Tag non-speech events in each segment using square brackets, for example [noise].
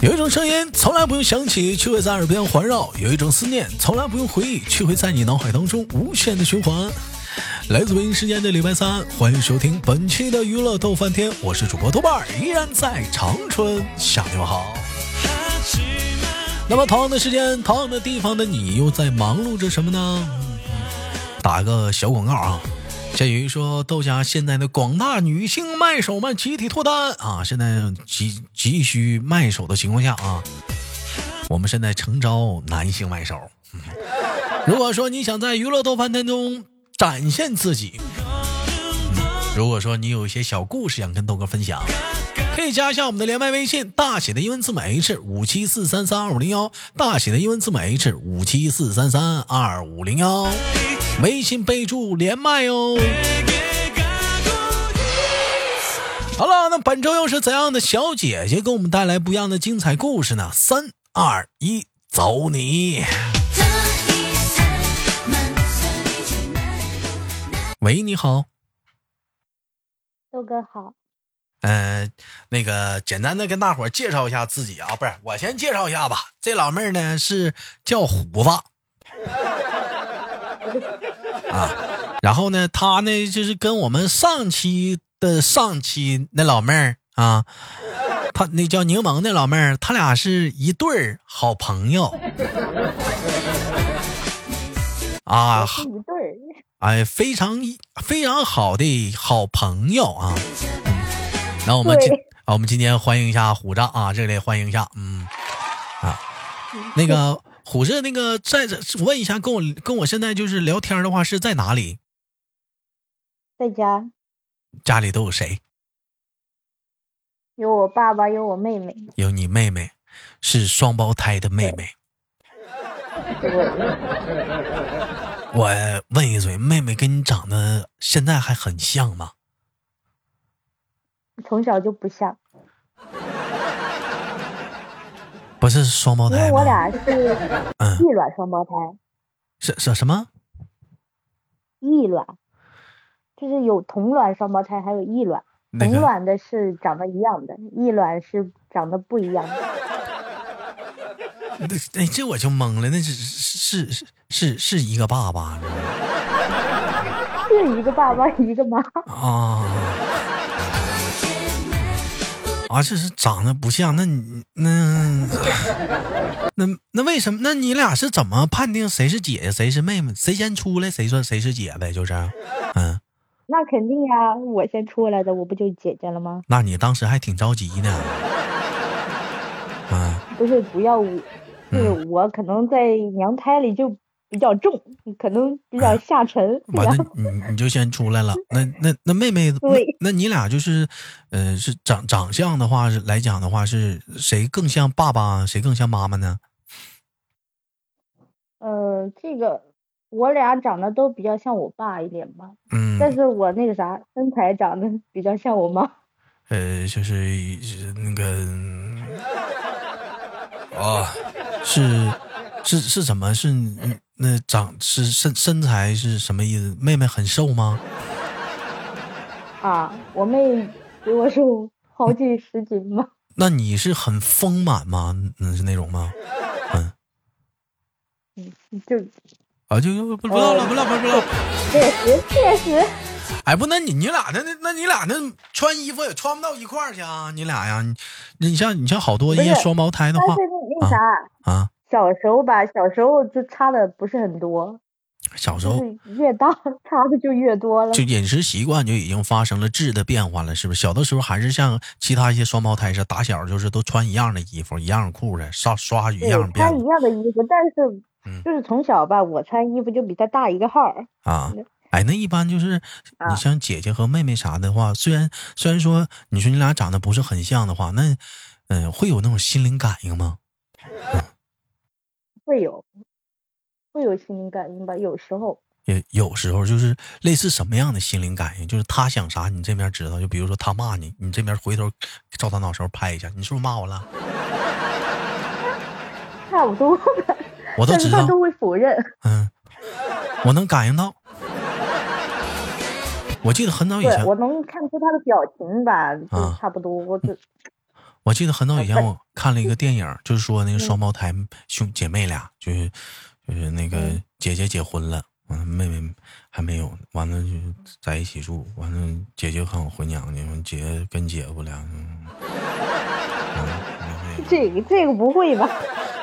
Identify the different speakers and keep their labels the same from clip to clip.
Speaker 1: 有一种声音从来不用想起，却会在耳边环绕；有一种思念从来不用回忆，却会在你脑海当中无限的循环。来自北京时间的礼拜三，欢迎收听本期的娱乐逗翻天，我是主播豆瓣儿，依然在长春向你们好。那么同样的时间，同样的地方的你，又在忙碌着什么呢？打个小广告啊。鉴于说豆家现在的广大女性卖手们集体脱单啊，现在急急需卖手的情况下啊，我们现在诚招男性卖手。嗯如果说你想在娱乐豆瓣天中展现自己，嗯如果说你有一些小故事想跟豆哥分享，可以加一下我们的连麦微信，大写的英文字母 H 五七四三三二五零幺，大写的英文字母 H 五七四三三二五零幺，微信备注连麦哦。好了，那本周又是怎样的小姐姐给我们带来不一样的精彩故事呢？三二一，走你！喂，你好，
Speaker 2: [laughs] 豆哥好，
Speaker 1: 嗯、那个简单的跟大伙儿介绍一下自己啊，不是，我先介绍一下吧。这老妹儿呢是叫胡子，啊，然后呢，她呢就是跟我们上期的上期那老妹儿啊，她那叫柠檬那老妹儿，她俩是一对儿好朋友，啊，
Speaker 2: 是一对儿，
Speaker 1: 哎，非常非常好的好朋友啊。那我们
Speaker 2: 对
Speaker 1: 今啊，我们今天欢迎一下虎子啊，这里欢迎一下，嗯啊，那
Speaker 2: 嗯
Speaker 1: 个虎子，那个在这问一下，跟我跟我现在就是聊天的话是在哪里？
Speaker 2: 在家
Speaker 1: 家里都有谁？
Speaker 2: 有我爸爸，有我妹妹，
Speaker 1: 有你妹妹，是双胞胎的妹妹。我问一嘴，妹妹跟你长得现在还很像吗？
Speaker 2: 从小就不像，
Speaker 1: 不是双胞
Speaker 2: 因
Speaker 1: 胎
Speaker 2: 为
Speaker 1: 吗？[laughs]
Speaker 2: 我俩是
Speaker 1: 嗯
Speaker 2: 异卵双胞胎，
Speaker 1: 是是什么？
Speaker 2: 异卵，就是有同卵双胞胎，还有异卵。
Speaker 1: 那
Speaker 2: 同
Speaker 1: 个
Speaker 2: 卵的是长得一样的，异卵是长得不一样的。
Speaker 1: 那哎，这我就懵了，那是是是是是一个爸爸是吧
Speaker 2: 是一个爸爸，一个妈。 [laughs]
Speaker 1: 啊啊，这是长得不像，那你那那那为什么？那你俩是怎么判定谁是姐姐，谁是妹妹？谁先出来，谁说谁是姐呗？就是，嗯，
Speaker 2: 那肯定呀、我先出来的，我不就姐姐了吗？
Speaker 1: 那你当时还挺着急呢，嗯。
Speaker 2: 不是，主要我，就是我可能在娘胎里就比较重，可能比较下沉，
Speaker 1: 完
Speaker 2: 然
Speaker 1: 了
Speaker 2: 后，
Speaker 1: 你你就先出来了。那那那妹妹，那
Speaker 2: 对
Speaker 1: 那你俩就是，呃，是长长相的话是来讲的话，是谁更像爸爸，谁更像妈妈呢？
Speaker 2: 呃，这个我俩长得都比较像我爸一点吧，
Speaker 1: 嗯，
Speaker 2: 但是我那个啥身材长得比较像我妈。
Speaker 1: 呃，就是是那个，嗯啊，是是是什么？是嗯那长是身身材是什么意思？妹妹很瘦吗？
Speaker 2: 啊，我妹比我瘦好几十斤吧，
Speaker 1: 那你是很丰满吗？嗯，是那种吗？嗯，
Speaker 2: [laughs] 就
Speaker 1: 啊，就就不不唠了，不唠，不唠，不唠。
Speaker 2: 确实确实，
Speaker 1: 哎，不，那你你俩那那那你俩那穿衣服也穿不到一块儿去啊！你俩呀，你你像你像好多
Speaker 2: 不
Speaker 1: 一些
Speaker 2: 是
Speaker 1: 双胞胎的
Speaker 2: 但
Speaker 1: 话
Speaker 2: 是那那啥，
Speaker 1: 啊，
Speaker 2: 小时候吧，小时候就差的不是很多，
Speaker 1: 小时
Speaker 2: 就
Speaker 1: 候
Speaker 2: 是嗯越大 [laughs] 差的就越多了
Speaker 1: 就。饮食习惯就已经发生了质的变化了，是不是？小的时候还是像其他一些双胞胎似的，打小就是都穿一样的衣服、一样的裤子，刷刷一
Speaker 2: 对
Speaker 1: 样的，
Speaker 2: 穿一
Speaker 1: 辫子
Speaker 2: 样的衣服，但是
Speaker 1: 嗯
Speaker 2: 就是从小吧，我穿衣服就比他大一个号儿。
Speaker 1: 啊。哎，那一般就是你
Speaker 2: 啊
Speaker 1: 像姐姐和妹妹啥的话，虽然虽然说你说你俩长得不是很像的话，那嗯、会有那种心灵感应吗？
Speaker 2: 会有，会有心灵感应吧，有时候。
Speaker 1: 也有时候就是类似什么样的心灵感应，就是他想啥，你这边知道。就比如说他骂你，你这边回头照他脑勺拍一下，你是不是骂我了？
Speaker 2: 差不多吧，
Speaker 1: 我都
Speaker 2: 但是
Speaker 1: 知
Speaker 2: 他
Speaker 1: 道，
Speaker 2: 都会否认。
Speaker 1: 嗯，我能感应到。我记得很早以
Speaker 2: 对
Speaker 1: 前，
Speaker 2: 我能看出他的表情吧，就
Speaker 1: 啊
Speaker 2: 差不多。我就嗯
Speaker 1: 我记得很早以前我看了一个电影，就是说那个双胞胎兄姐妹俩，就是就是那个
Speaker 2: 嗯
Speaker 1: 姐姐结婚了，完了妹妹还没有，完了就在一起住，完了姐姐喊我回娘家，完姐姐跟姐夫俩，嗯，嗯
Speaker 2: 这个这个不会吧？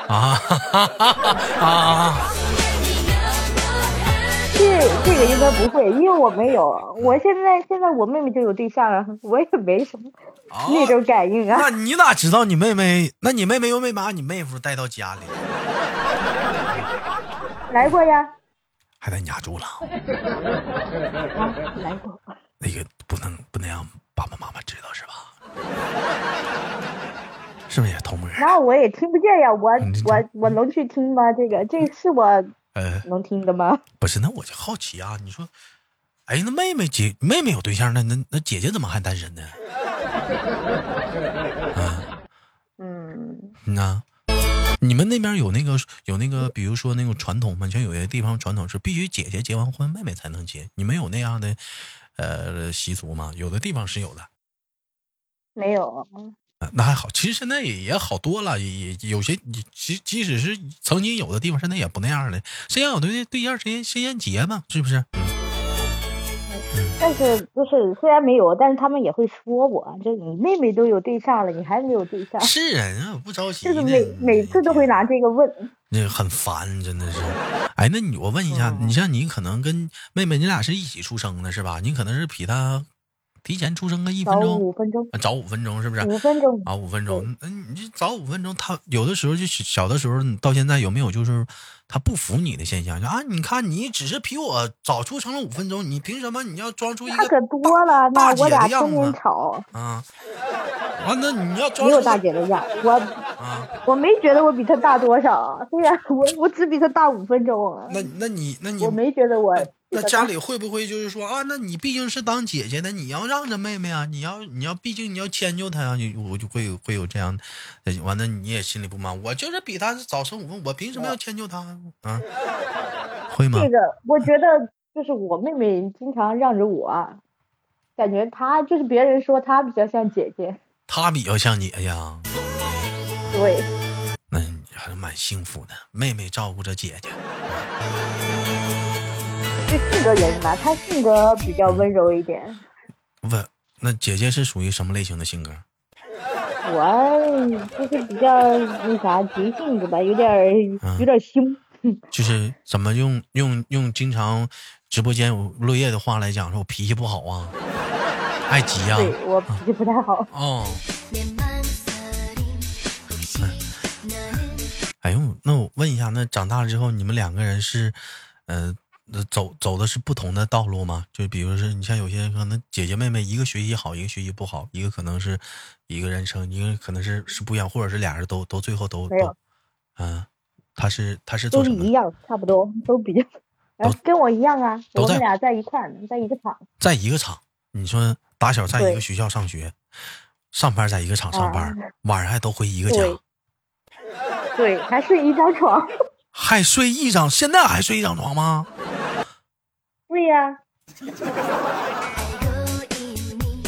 Speaker 1: 啊哈哈哈哈啊！
Speaker 2: 这这个应该不会，因为我没有。
Speaker 1: 嗯
Speaker 2: 我现在现在我妹妹就有对象了，我也没什么
Speaker 1: 啊
Speaker 2: 那种感应啊。
Speaker 1: 那你咋知道你妹妹？那你妹妹又没把你妹夫带到家里，
Speaker 2: 来过呀，
Speaker 1: 还在你家住了？
Speaker 2: 来过。
Speaker 1: 那个不能不能让爸爸妈妈知道是吧？是不是也偷摸？
Speaker 2: 那我也听不见呀，我
Speaker 1: 你这
Speaker 2: 我我能去听吗？这个这个是我
Speaker 1: 呃，
Speaker 2: 能听的吗？
Speaker 1: 不是，那我就好奇啊，你说，哎，那妹妹姐妹妹有对象，那那那姐姐怎么还单身呢？
Speaker 2: 嗯，
Speaker 1: 那啊你们那边有那个有那个，比如说那种传统吗？像有些地方传统是必须姐姐结完婚，妹妹才能结。你们有那样的呃习俗吗？有的地方是有的。
Speaker 2: 没有。
Speaker 1: 啊那还好，其实现在也也好多了，也也有些，即即使是曾经有的地方，现在也不那样了。谁让有对对象，谁谁先结嘛，是不是？
Speaker 2: 但是就是虽然没有，但是他们也会说我，这你妹妹都有对象了，你还没有对象，
Speaker 1: 是人啊，不着急
Speaker 2: 就
Speaker 1: 呢。
Speaker 2: 是每每次都会拿这个问。
Speaker 1: 那很烦，真的是。哎，那你我问一下，
Speaker 2: 嗯
Speaker 1: 你像你可能跟妹妹，你俩是一起出生的是吧？你可能是比她提前出生个一
Speaker 2: 早
Speaker 1: 分钟，
Speaker 2: 五分钟，
Speaker 1: 啊早五分钟是不是？
Speaker 2: 五分钟，
Speaker 1: 啊，五分钟，嗯，你这早五分钟，他有的时候就小小的时候，你到现在有没有就是他不服你的现象？就啊，你看你只是比我早出生了五分钟，你凭什么你要装出一
Speaker 2: 那
Speaker 1: 个
Speaker 2: 可多了，
Speaker 1: 大
Speaker 2: 那
Speaker 1: 姐
Speaker 2: 我
Speaker 1: 的
Speaker 2: 俩
Speaker 1: 样
Speaker 2: 天天
Speaker 1: 子
Speaker 2: 吵，
Speaker 1: 啊？完、了，你要装出
Speaker 2: 没有
Speaker 1: 一
Speaker 2: 大
Speaker 1: 个
Speaker 2: 姐的样，我
Speaker 1: 啊？
Speaker 2: 我没觉得我比她大多少，虽然我我只比她大五分钟，啊
Speaker 1: 那那你那你
Speaker 2: 我没觉得我
Speaker 1: 那家里会不会就是说啊？那你毕竟是当姐姐的，你要让着妹妹啊，你要你要，毕竟你要迁就她啊，你我就会有会有这样的。呃完了，你也心里不满，我就是比她早生五分，我凭什么要迁就她啊？会吗？
Speaker 2: 这个，我觉得就是我妹妹经常让着我，感觉她就是别人说她比较像姐姐，
Speaker 1: 她比较像姐呀，
Speaker 2: 对。
Speaker 1: 那你还是蛮幸福的，妹妹照顾着姐姐。
Speaker 2: 这性格原因吧，他性格比较温柔一点。
Speaker 1: 问，那姐姐是属于什么类型的性格？
Speaker 2: 我就是比较那啥急性子吧，有点儿
Speaker 1: 嗯
Speaker 2: 有点儿凶。
Speaker 1: 就是怎么用用用经常直播间我落叶的话来讲，说我脾气不好啊，爱急啊呀、
Speaker 2: 对我脾气不太好，
Speaker 1: 哦。
Speaker 3: 내 맘살인 혹시 나는
Speaker 1: 哎呦，那我问一下，那长大了之后，你们两个人是，呃，那走走的是不同的道路吗？就比如说，你像有些人可能姐姐妹妹，一个学习好，一个学习不好，一个可能是一个人生，一个可能是是不一样，或者是俩人都都最后都
Speaker 2: 没有
Speaker 1: 都，嗯、他是他是
Speaker 2: 都
Speaker 1: 做
Speaker 2: 是
Speaker 1: 什
Speaker 2: 一
Speaker 1: 么？
Speaker 2: 样，差不多都比较。然后跟我一样啊，
Speaker 1: 都
Speaker 2: 我
Speaker 1: 在
Speaker 2: 们俩在一块儿呢，在一个厂。
Speaker 1: 在一个厂，你说打小在一个
Speaker 2: 对啊
Speaker 1: 学校上学，上班在一个厂上班，晚上还都回一个家，
Speaker 2: 对对，还睡一张床。 [laughs]
Speaker 1: 还睡一张，现在还睡一张床吗？
Speaker 2: 对呀、
Speaker 3: 알고 있니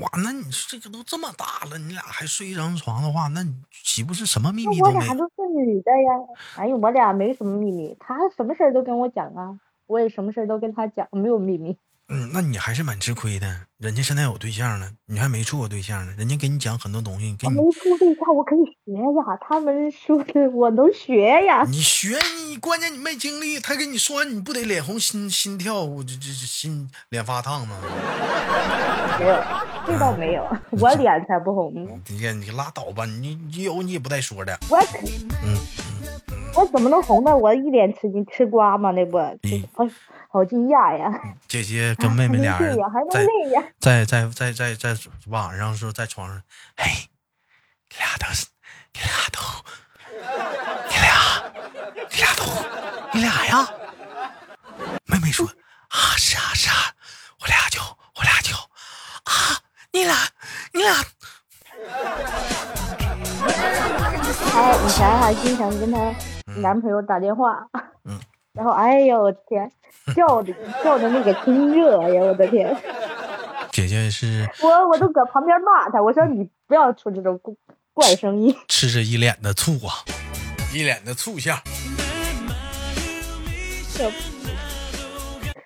Speaker 1: 哇，那你说这个都这么大了，你俩还睡一张床的话，那你岂不是什么秘密
Speaker 2: 那
Speaker 1: 都
Speaker 2: 我
Speaker 1: 没
Speaker 2: 俩
Speaker 1: 有？
Speaker 2: 都是女的呀。哎呦，我俩没什么秘密，他什么事儿都跟我讲啊，我也什么事儿都跟他讲，没有秘密。
Speaker 1: 嗯，那你还是蛮吃亏的。人家现在有对象了，你还没处过对象呢，人家给你讲很多东西，给
Speaker 2: 我
Speaker 1: 你
Speaker 2: 没处对象，我可以学呀。他们说的我能学呀。
Speaker 1: 你学你，关键你没经历，他跟你说完你不得脸红心心跳，我这这这心脸发烫吗？
Speaker 2: 没有，这倒没有，我脸才不红呢。
Speaker 1: 你看你拉倒吧，你你有你也不带说的。
Speaker 2: 我可
Speaker 1: 嗯，
Speaker 2: 我怎么能红呢？我一脸吃惊，吃瓜嘛，那不，就是哎，好惊讶呀！
Speaker 1: 姐姐跟妹
Speaker 2: 还
Speaker 1: 妹
Speaker 2: 能
Speaker 1: 俩
Speaker 2: 这
Speaker 1: 人
Speaker 2: 样，还能
Speaker 1: 在
Speaker 2: 那样，
Speaker 1: 在在在在在晚上说在床上，嘿，你俩都是，你俩都，你俩，你俩都，你俩呀？妹妹说啊是啊是啊，我俩就我俩就啊，你俩你俩
Speaker 2: 还哎以前还经常跟她男朋友打电话，
Speaker 1: 嗯
Speaker 2: [laughs] 然后哎呦我天，叫的叫的那个亲热，哎呀我的天，
Speaker 1: 姐姐是
Speaker 2: 我我都搁旁边骂他，我说你不要出这种怪声音。
Speaker 1: 吃着一脸的醋啊，一脸的醋相。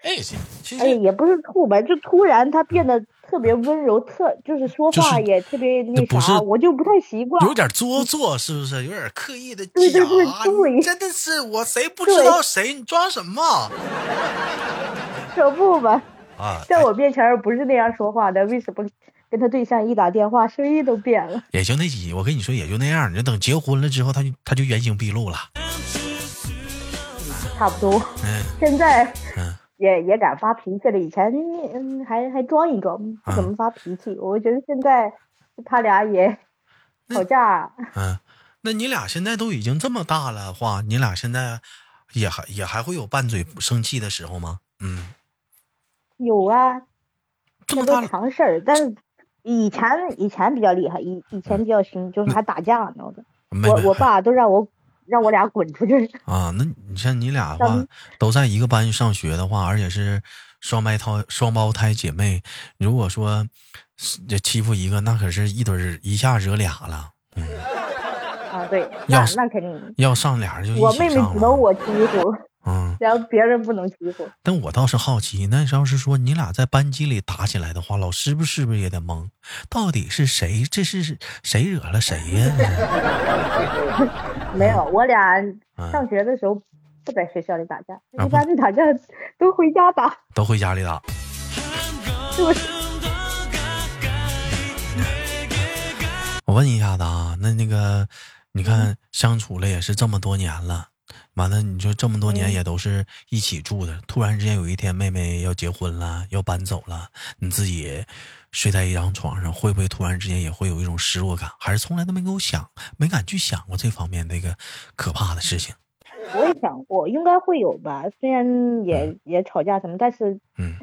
Speaker 1: 哎，其
Speaker 2: 哎，
Speaker 1: 实
Speaker 2: 也不是吐吧，就突然他变得特别温柔，特就是说
Speaker 1: 就是
Speaker 2: 话也特别
Speaker 1: 那
Speaker 2: 那
Speaker 1: 不
Speaker 2: 啥，
Speaker 1: 是
Speaker 2: 我就不太习惯。
Speaker 1: 有点做作，是不是？有点刻意的
Speaker 2: 对对对
Speaker 1: 假
Speaker 2: 对
Speaker 1: 你真的是我谁不知道谁，你装什么
Speaker 2: 这不吧， [laughs]
Speaker 1: 啊？
Speaker 2: 在我面前儿不是那样说话的，为什么跟他对象一打电话声音都变了？
Speaker 1: 哎也就那几，我跟你说，也就那样。你就等结婚了之后，他就他就原形毕露了。
Speaker 2: 差不多，
Speaker 1: 嗯
Speaker 2: 现在
Speaker 1: 嗯，
Speaker 2: [laughs] 也也敢发脾气了，以前嗯还还装一装，
Speaker 1: 嗯
Speaker 2: 不怎么发脾气。我觉得现在他俩也吵架，
Speaker 1: 嗯，那你俩现在都已经这么大了的话，你俩现在也还也还会有拌嘴生气的时候吗？嗯，
Speaker 2: 有啊，
Speaker 1: 这
Speaker 2: 那
Speaker 1: 么
Speaker 2: 都
Speaker 1: 大了
Speaker 2: 常事儿。但是以前以前比较厉害，以以前比较凶，就是还打架呢。我都
Speaker 1: 没没
Speaker 2: 我我爸都让我让我俩滚
Speaker 1: [laughs]
Speaker 2: 出去。
Speaker 1: 啊，那你像你俩的话
Speaker 2: 嗯
Speaker 1: 都在一个班上学的话，而且是双胞胎双胞胎姐妹，如果说是这欺负一个，那可是一堆儿一下惹俩了，
Speaker 2: 啊，对，
Speaker 1: 要
Speaker 2: 那
Speaker 1: 是
Speaker 2: 那肯定。
Speaker 1: 要上俩人就
Speaker 2: 我
Speaker 1: 一
Speaker 2: 妹
Speaker 1: 起
Speaker 2: 妹
Speaker 1: 上
Speaker 2: 只能
Speaker 1: 了。
Speaker 2: 我欺负， [laughs]
Speaker 1: 嗯，
Speaker 2: 然后别人不能欺负。
Speaker 1: 但我倒是好奇，那要是说你俩在班级里打起来的话，老师不是不是也得懵？到底是谁？这是谁惹了谁呀？ [laughs]
Speaker 2: 没有，我俩
Speaker 1: 嗯
Speaker 2: 上学的时候不在学校里打架，
Speaker 1: 啊
Speaker 2: 一般的打架都回家打。
Speaker 1: 都回家里打。
Speaker 2: 对，
Speaker 1: 我问一下子啊，那那个，你看相处了也是这么多年了，完了你说这么多年
Speaker 2: 嗯
Speaker 1: 也都是一起住的，突然之间有一天妹妹要结婚了，要搬走了，你自己睡在一张床上，会不会突然之间也会有一种失落感？还是从来都没给我想，没敢去想过这方面那个可怕的事情？
Speaker 2: 我也想过，应该会有吧。虽然也也吵架什么，但是
Speaker 1: 嗯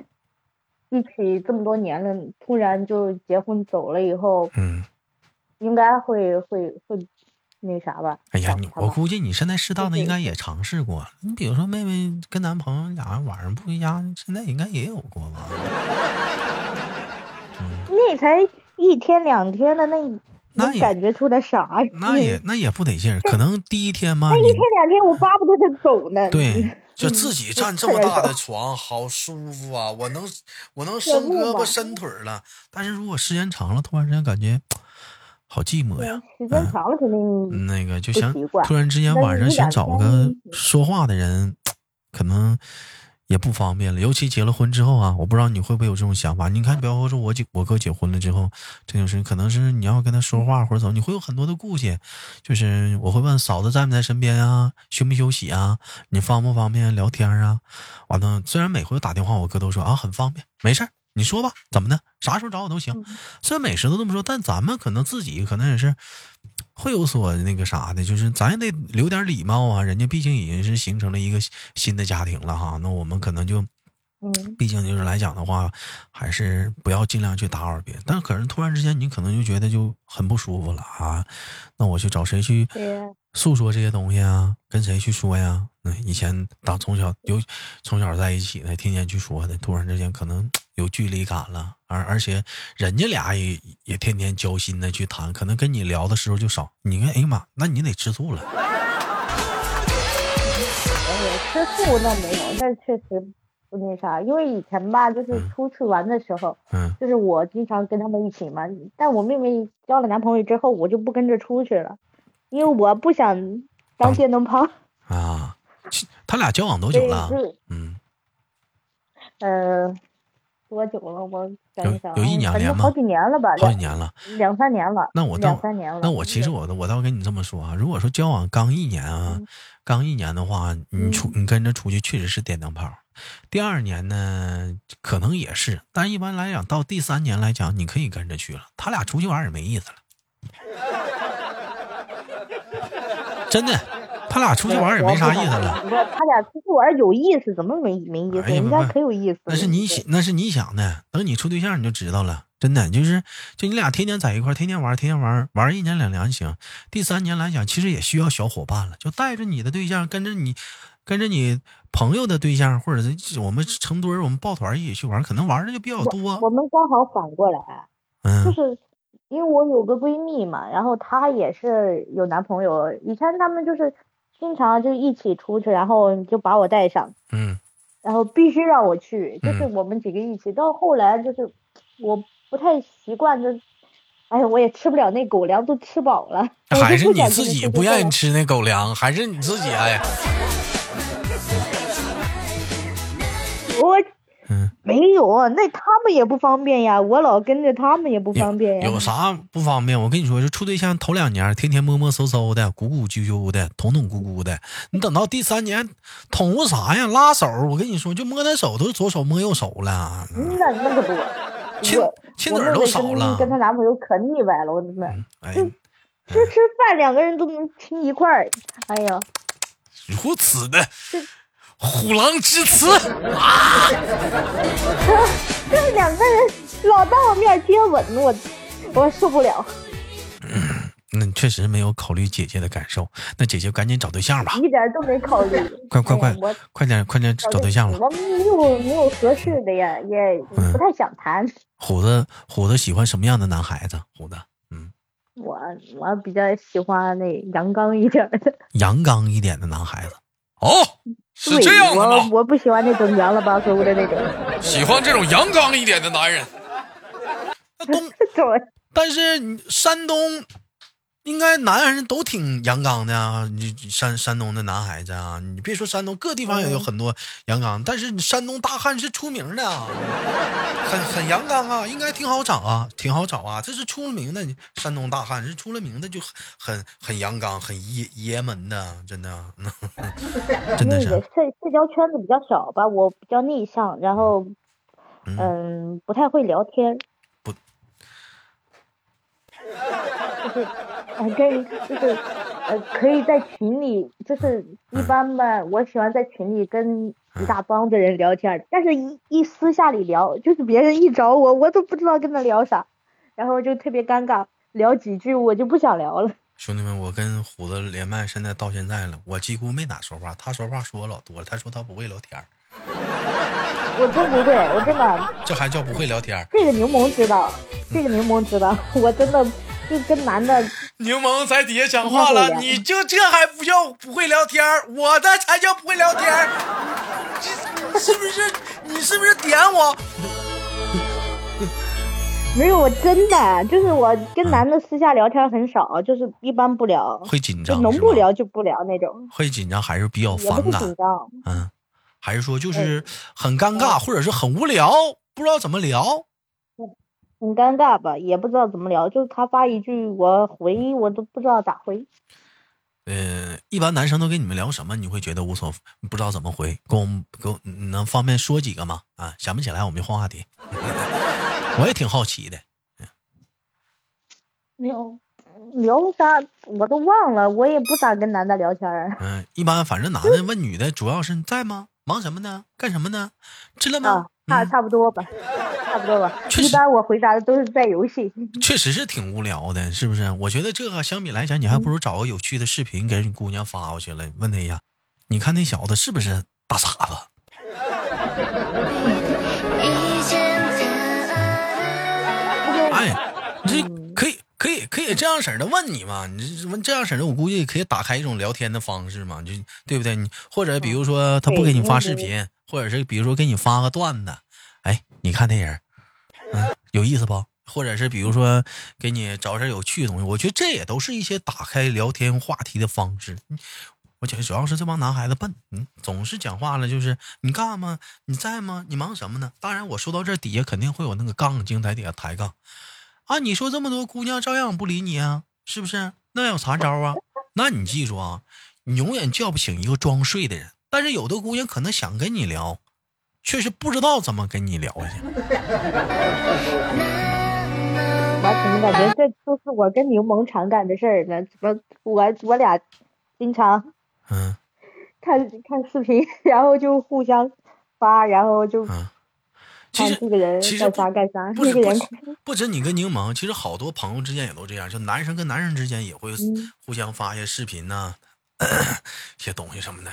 Speaker 2: 一起这么多年了，突然就结婚走了以后，
Speaker 1: 嗯，
Speaker 2: 应该会会会那啥吧。
Speaker 1: 哎呀，
Speaker 2: 想
Speaker 1: 你
Speaker 2: 他
Speaker 1: 我
Speaker 2: 吧
Speaker 1: 估计你现在适当的
Speaker 2: 对
Speaker 1: 应该也尝试过，你比如说妹妹跟男朋友俩人晚上不回家，现在应该也有过吧？
Speaker 2: 那才一天两天的，那
Speaker 1: 那
Speaker 2: 能
Speaker 1: 也
Speaker 2: 感觉出来啥？
Speaker 1: 那也那也不得劲儿，可能第一天嘛，
Speaker 2: 嗯那一
Speaker 1: 你
Speaker 2: 天两天，我巴不得他走呢。
Speaker 1: 嗯对，就自己占这么
Speaker 2: 特别
Speaker 1: 大的
Speaker 2: 爽
Speaker 1: 床，好舒服啊！我能我能
Speaker 2: 羡
Speaker 1: 伸
Speaker 2: 慕
Speaker 1: 胳膊
Speaker 2: 吧
Speaker 1: 伸腿儿了，但是如果时间长了，突然之间感觉好寂寞呀。
Speaker 2: 时间长了肯定
Speaker 1: 嗯那个就
Speaker 2: 嗯不
Speaker 1: 想
Speaker 2: 习惯
Speaker 1: 突然之间
Speaker 2: 那
Speaker 1: 晚上
Speaker 2: 一
Speaker 1: 想
Speaker 2: 两
Speaker 1: 找个
Speaker 2: 天
Speaker 1: 说话的人，可能也不方便了。尤其结了婚之后啊，我不知道你会不会有这种想法。你看，比方说我姐我哥结婚了之后，这就是可能是你要跟他说话或者怎么，你会有很多的顾忌。就是我会问嫂子在不在身边啊，休没休息啊，你方不方便聊天啊？完了，虽然每回打电话我哥都说啊很方便，没事儿。你说吧，怎么的？啥时候找我都行。虽然每时都这么说，但咱们可能自己可能也是会有所那个啥的，就是咱也得留点礼貌啊。人家毕竟已经是形成了一个新新的家庭了哈，那我们可能就
Speaker 2: 嗯，
Speaker 1: 毕竟就是来讲的话，还是不要尽量去打扰别人。但可能突然之间，你可能就觉得就很不舒服了啊。那我去找谁去
Speaker 2: 对呀
Speaker 1: 诉说这些东西啊？跟谁去说呀？那以前当从小有从小在一起的，天天去说的，突然之间可能有距离感了。而而且人家俩也也天天交心的去谈，可能跟你聊的时候就少。你看，哎呀妈，那你得吃醋了。
Speaker 2: 哎吃醋倒没有，但确实不那啥，因为以前吧，就是
Speaker 1: 嗯
Speaker 2: 出去玩的时候，
Speaker 1: 嗯
Speaker 2: 就是我经常跟他们一起嘛。但我妹妹交了男朋友之后，我就不跟着出去了，因为我不想当电灯泡。
Speaker 1: 啊，其他俩交往多
Speaker 2: 所
Speaker 1: 久
Speaker 2: 以
Speaker 1: 了？
Speaker 2: 就
Speaker 1: 嗯，
Speaker 2: 呃，多久了？我想一想啊，
Speaker 1: 有有一两
Speaker 2: 反
Speaker 1: 年
Speaker 2: 正
Speaker 1: 吗
Speaker 2: 好几年了吧，
Speaker 1: 好几
Speaker 2: 两
Speaker 1: 年了。
Speaker 2: 两三年了。
Speaker 1: 那我倒
Speaker 2: 两三年了。
Speaker 1: 那我其实我我倒跟你这么说啊，如果说交往刚一年啊，刚一年的话，你出、你跟着出去确实是电灯泡。第二年呢，可能也是，但一般来讲，到第三年来讲，你可以跟着去了。他俩出去玩也没意思了， [laughs] 真的，他俩出去玩也没啥意思了。
Speaker 2: 不是他俩出去玩有意思，怎么没没意思？
Speaker 1: 哎呀
Speaker 2: 人
Speaker 1: 不
Speaker 2: 家
Speaker 1: 不
Speaker 2: 可有意思了。
Speaker 1: 那是你想，那是你想的。等你处对象你就知道了，真的就是，就你俩天天在一块儿，天天玩儿，天天玩儿，玩儿一年两年行。第三年来讲，其实也需要小伙伴了，就带着你的对象跟着你，跟着你朋友的对象，或者是我们成堆儿，我们抱团儿一起去玩儿，可能玩儿的就比较多。
Speaker 2: 我们刚好反过来，就
Speaker 1: 嗯
Speaker 2: 是因为我有个闺蜜嘛，然后她也是有男朋友，以前他们就是经常就一起出去，然后就把我带上，
Speaker 1: 嗯
Speaker 2: 然后必须让我去，就是
Speaker 1: 嗯
Speaker 2: 我们几个一起。到后来就是我不太习惯，就哎呀，我也吃不了那狗粮，都吃饱了， [laughs] 我就
Speaker 1: 还是
Speaker 2: 不
Speaker 1: 你
Speaker 2: 想
Speaker 1: 自
Speaker 2: 跟
Speaker 1: 己
Speaker 2: 出去
Speaker 1: 不
Speaker 2: 逛
Speaker 1: 愿意
Speaker 2: 了
Speaker 1: 吃那狗粮，还是你自己哎呀？
Speaker 2: 我
Speaker 1: 嗯，
Speaker 2: 没有，啊那他们也不方便呀，我老跟着他们也不方便呀。
Speaker 1: 有啥不方便？我跟你说，就处对象头两年，天天摸摸搜搜的，鼓鼓啾啾的，捅捅咕咕的。你等到第三年，捅咕啥呀？拉手，我跟你说，就摸他手都是左手摸右手了，啊
Speaker 2: 嗯那那可不，
Speaker 1: [laughs] 亲
Speaker 2: 我
Speaker 1: 亲
Speaker 2: 我
Speaker 1: 嘴儿
Speaker 2: 妹
Speaker 1: 都
Speaker 2: 妹
Speaker 1: 少
Speaker 2: 跟
Speaker 1: 了。
Speaker 2: 跟她男朋友可腻歪了，我的妈！
Speaker 1: 哎，
Speaker 2: 吃吃饭两个人都能亲一块儿，哎呀，
Speaker 1: 如此的虎狼之词，
Speaker 2: 这两个人老到我面接吻，我我受不了。
Speaker 1: 那你确实没有考虑姐姐的感受。那姐姐赶紧找对象吧，
Speaker 2: 一点都没考虑。
Speaker 1: [laughs] 快快
Speaker 2: 哎
Speaker 1: 快
Speaker 2: 呀我
Speaker 1: 快点快点找对象了。
Speaker 2: 我没有没有合适的呀，也
Speaker 1: 嗯
Speaker 2: 不太想谈。
Speaker 1: 虎子虎子喜欢什么样的男孩子？虎子，嗯，
Speaker 2: 我我比较喜欢那阳刚一点儿的，
Speaker 1: 阳刚一点的男孩子。哦，是这样的
Speaker 2: 对
Speaker 1: 吗
Speaker 2: 我？我不喜欢那种洋了吧嗦的那种。
Speaker 1: 喜欢这种阳刚一点的男人。那
Speaker 2: [laughs]
Speaker 1: 东，
Speaker 2: 这种
Speaker 1: 但是你山东应该男人都挺阳刚的啊。你你山山东的男孩子啊，你别说山东，各地方也有很多阳刚，但是你山东大汉是出名的啊，很很阳刚啊，应该挺好找啊，挺好找啊。这是出了名的，山东大汉是出了名的，就很很阳刚，很爷爷们的，啊真的， [laughs] 真的
Speaker 2: 那个
Speaker 1: 是啊
Speaker 2: 社，社交圈子比较少吧，我比较内向，然后
Speaker 1: 嗯
Speaker 2: 嗯不太会聊天。
Speaker 1: 不
Speaker 2: 就是呃跟就是呃可以在群里，就是
Speaker 1: 嗯
Speaker 2: 一般吧，我喜欢在群里跟一大帮的人聊天，但是一一私下里聊，就是别人一找我，我都不知道跟他聊啥，然后就特别尴尬，聊几句我就不想聊了。
Speaker 1: 兄弟们，我跟虎子连麦，现在到现在了，我几乎没咋说话。他说话说我老多了，他说他不会聊天儿，
Speaker 2: 我真不会，我真的
Speaker 1: 这还叫不会聊天儿？
Speaker 2: 这个柠檬知道，这个柠檬知道， [laughs] 我真的就跟男的，
Speaker 1: 柠檬在底下讲
Speaker 2: 话了你
Speaker 1: 就这还不叫不会聊天儿？我的才叫不会聊天儿，这 [laughs] 是不是？你是不是点我？
Speaker 2: 没有，我真的就是我跟男的私下聊天很少，就是一般不聊，
Speaker 1: 会紧
Speaker 2: 就
Speaker 1: 张
Speaker 2: 能
Speaker 1: 是
Speaker 2: 不
Speaker 1: 吧？
Speaker 2: 聊就不聊那种，
Speaker 1: 会紧张还是比较
Speaker 2: 也不
Speaker 1: 反
Speaker 2: 是紧哎
Speaker 1: 感？
Speaker 2: 张，
Speaker 1: 嗯，还是说就是很尴尬，
Speaker 2: 嗯
Speaker 1: 或者是很无聊，不知道怎么聊？
Speaker 2: 很尴尬吧，也不知道怎么聊，就是他发一句我回，我都不知道咋回。
Speaker 1: 呃，一般男生都跟你们聊什么？你会觉得无所不知道怎么回？跟我们跟我你能方便说几个吗？啊，想不起来我们就换话题。 [laughs] 我也挺好奇的。
Speaker 2: 聊聊啥我都忘了，我也不咋跟男的聊天儿。
Speaker 1: 嗯、一般反正男的问女的，主要是你在吗？忙什么呢？干什么呢？吃了
Speaker 2: 啊
Speaker 1: 吗？，
Speaker 2: 差
Speaker 1: 嗯，
Speaker 2: 差不多吧，差不多吧。
Speaker 1: 确
Speaker 2: 一
Speaker 1: 实
Speaker 2: 般我回答的都是在游戏。
Speaker 1: 确实是挺无聊的，是不是？我觉得这个相比来讲，你还不如找个有趣的视频给你姑娘发过去了，问她一下，你看那小子是不是大傻子？哎，你这可以可以可以这样式儿的问你嘛？你这问这样式儿的，我估计可以打开一种聊天的方式嘛，就对不对？你或者比如说他不给你发视频，或者是比如说给你发个段子，哎，你看那人儿，嗯，有意思不？或者是比如说给你找点有趣的东西，我觉得这也都是一些打开聊天话题的方式。嗯我觉得主要是这帮男孩子笨，嗯，总是讲话了，就是你干吗？你在吗？你忙什么呢？当然，我说到这儿底下肯定会有那个杠精在底下抬杠，啊，你说这么多姑娘照样不理你啊，是不是？那有啥招啊？那你记住啊，你永远叫不醒一个装睡的人。但是有的姑娘可能想跟你聊，却是不知道怎么跟你聊下去。
Speaker 2: 我怎么感觉这就是我跟柠檬常干的事儿呢？怎么我我俩经常
Speaker 1: 嗯
Speaker 2: 看看视频， [laughs] 然后就互相发，然后就
Speaker 1: 嗯，其
Speaker 2: 看
Speaker 1: 实
Speaker 2: 这个人
Speaker 1: 其实
Speaker 2: 干
Speaker 1: 不
Speaker 2: 啥干啥，
Speaker 1: 不
Speaker 2: 那
Speaker 1: 止
Speaker 2: 个
Speaker 1: 不
Speaker 2: 人
Speaker 1: 止不止你跟柠檬，其实好多朋友之间也都这样，就男生跟男生之间也会
Speaker 2: 嗯
Speaker 1: 互相发一些视频呐、 [clears throat] 一些东西什么
Speaker 2: [laughs]
Speaker 1: 的。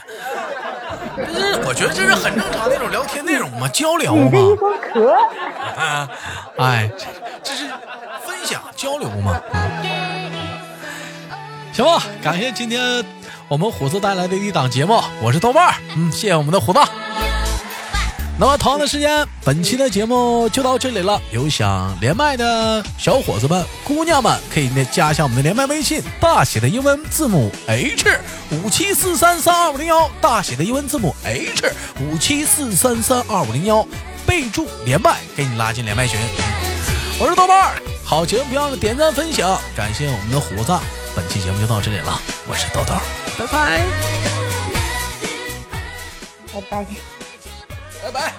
Speaker 1: 这我觉得这是很正常的一种聊天内容嘛，交流
Speaker 2: 你这一
Speaker 1: 嘛，
Speaker 2: 口壳，
Speaker 1: 啊，哎，这这是分享交流嘛。嗯行吧，感谢今天我们虎子带来的一档节目，我是豆瓣儿，嗯，谢谢我们的虎子。那么同样的时间，本期的节目就到这里了。有想连麦的小伙子们、姑娘们，可以呢加一下我们的连麦微信，大写的英文字母 H 五七四三三二五零幺，大写的英文字母 H 五七四三三二五零幺，备注连麦，给你拉进连麦群。我是豆瓣儿，好节目别忘了点赞分享，感谢我们的虎子。本期节目就到这里了，我是豆豆，拜拜，
Speaker 2: 拜拜。
Speaker 1: 拜拜。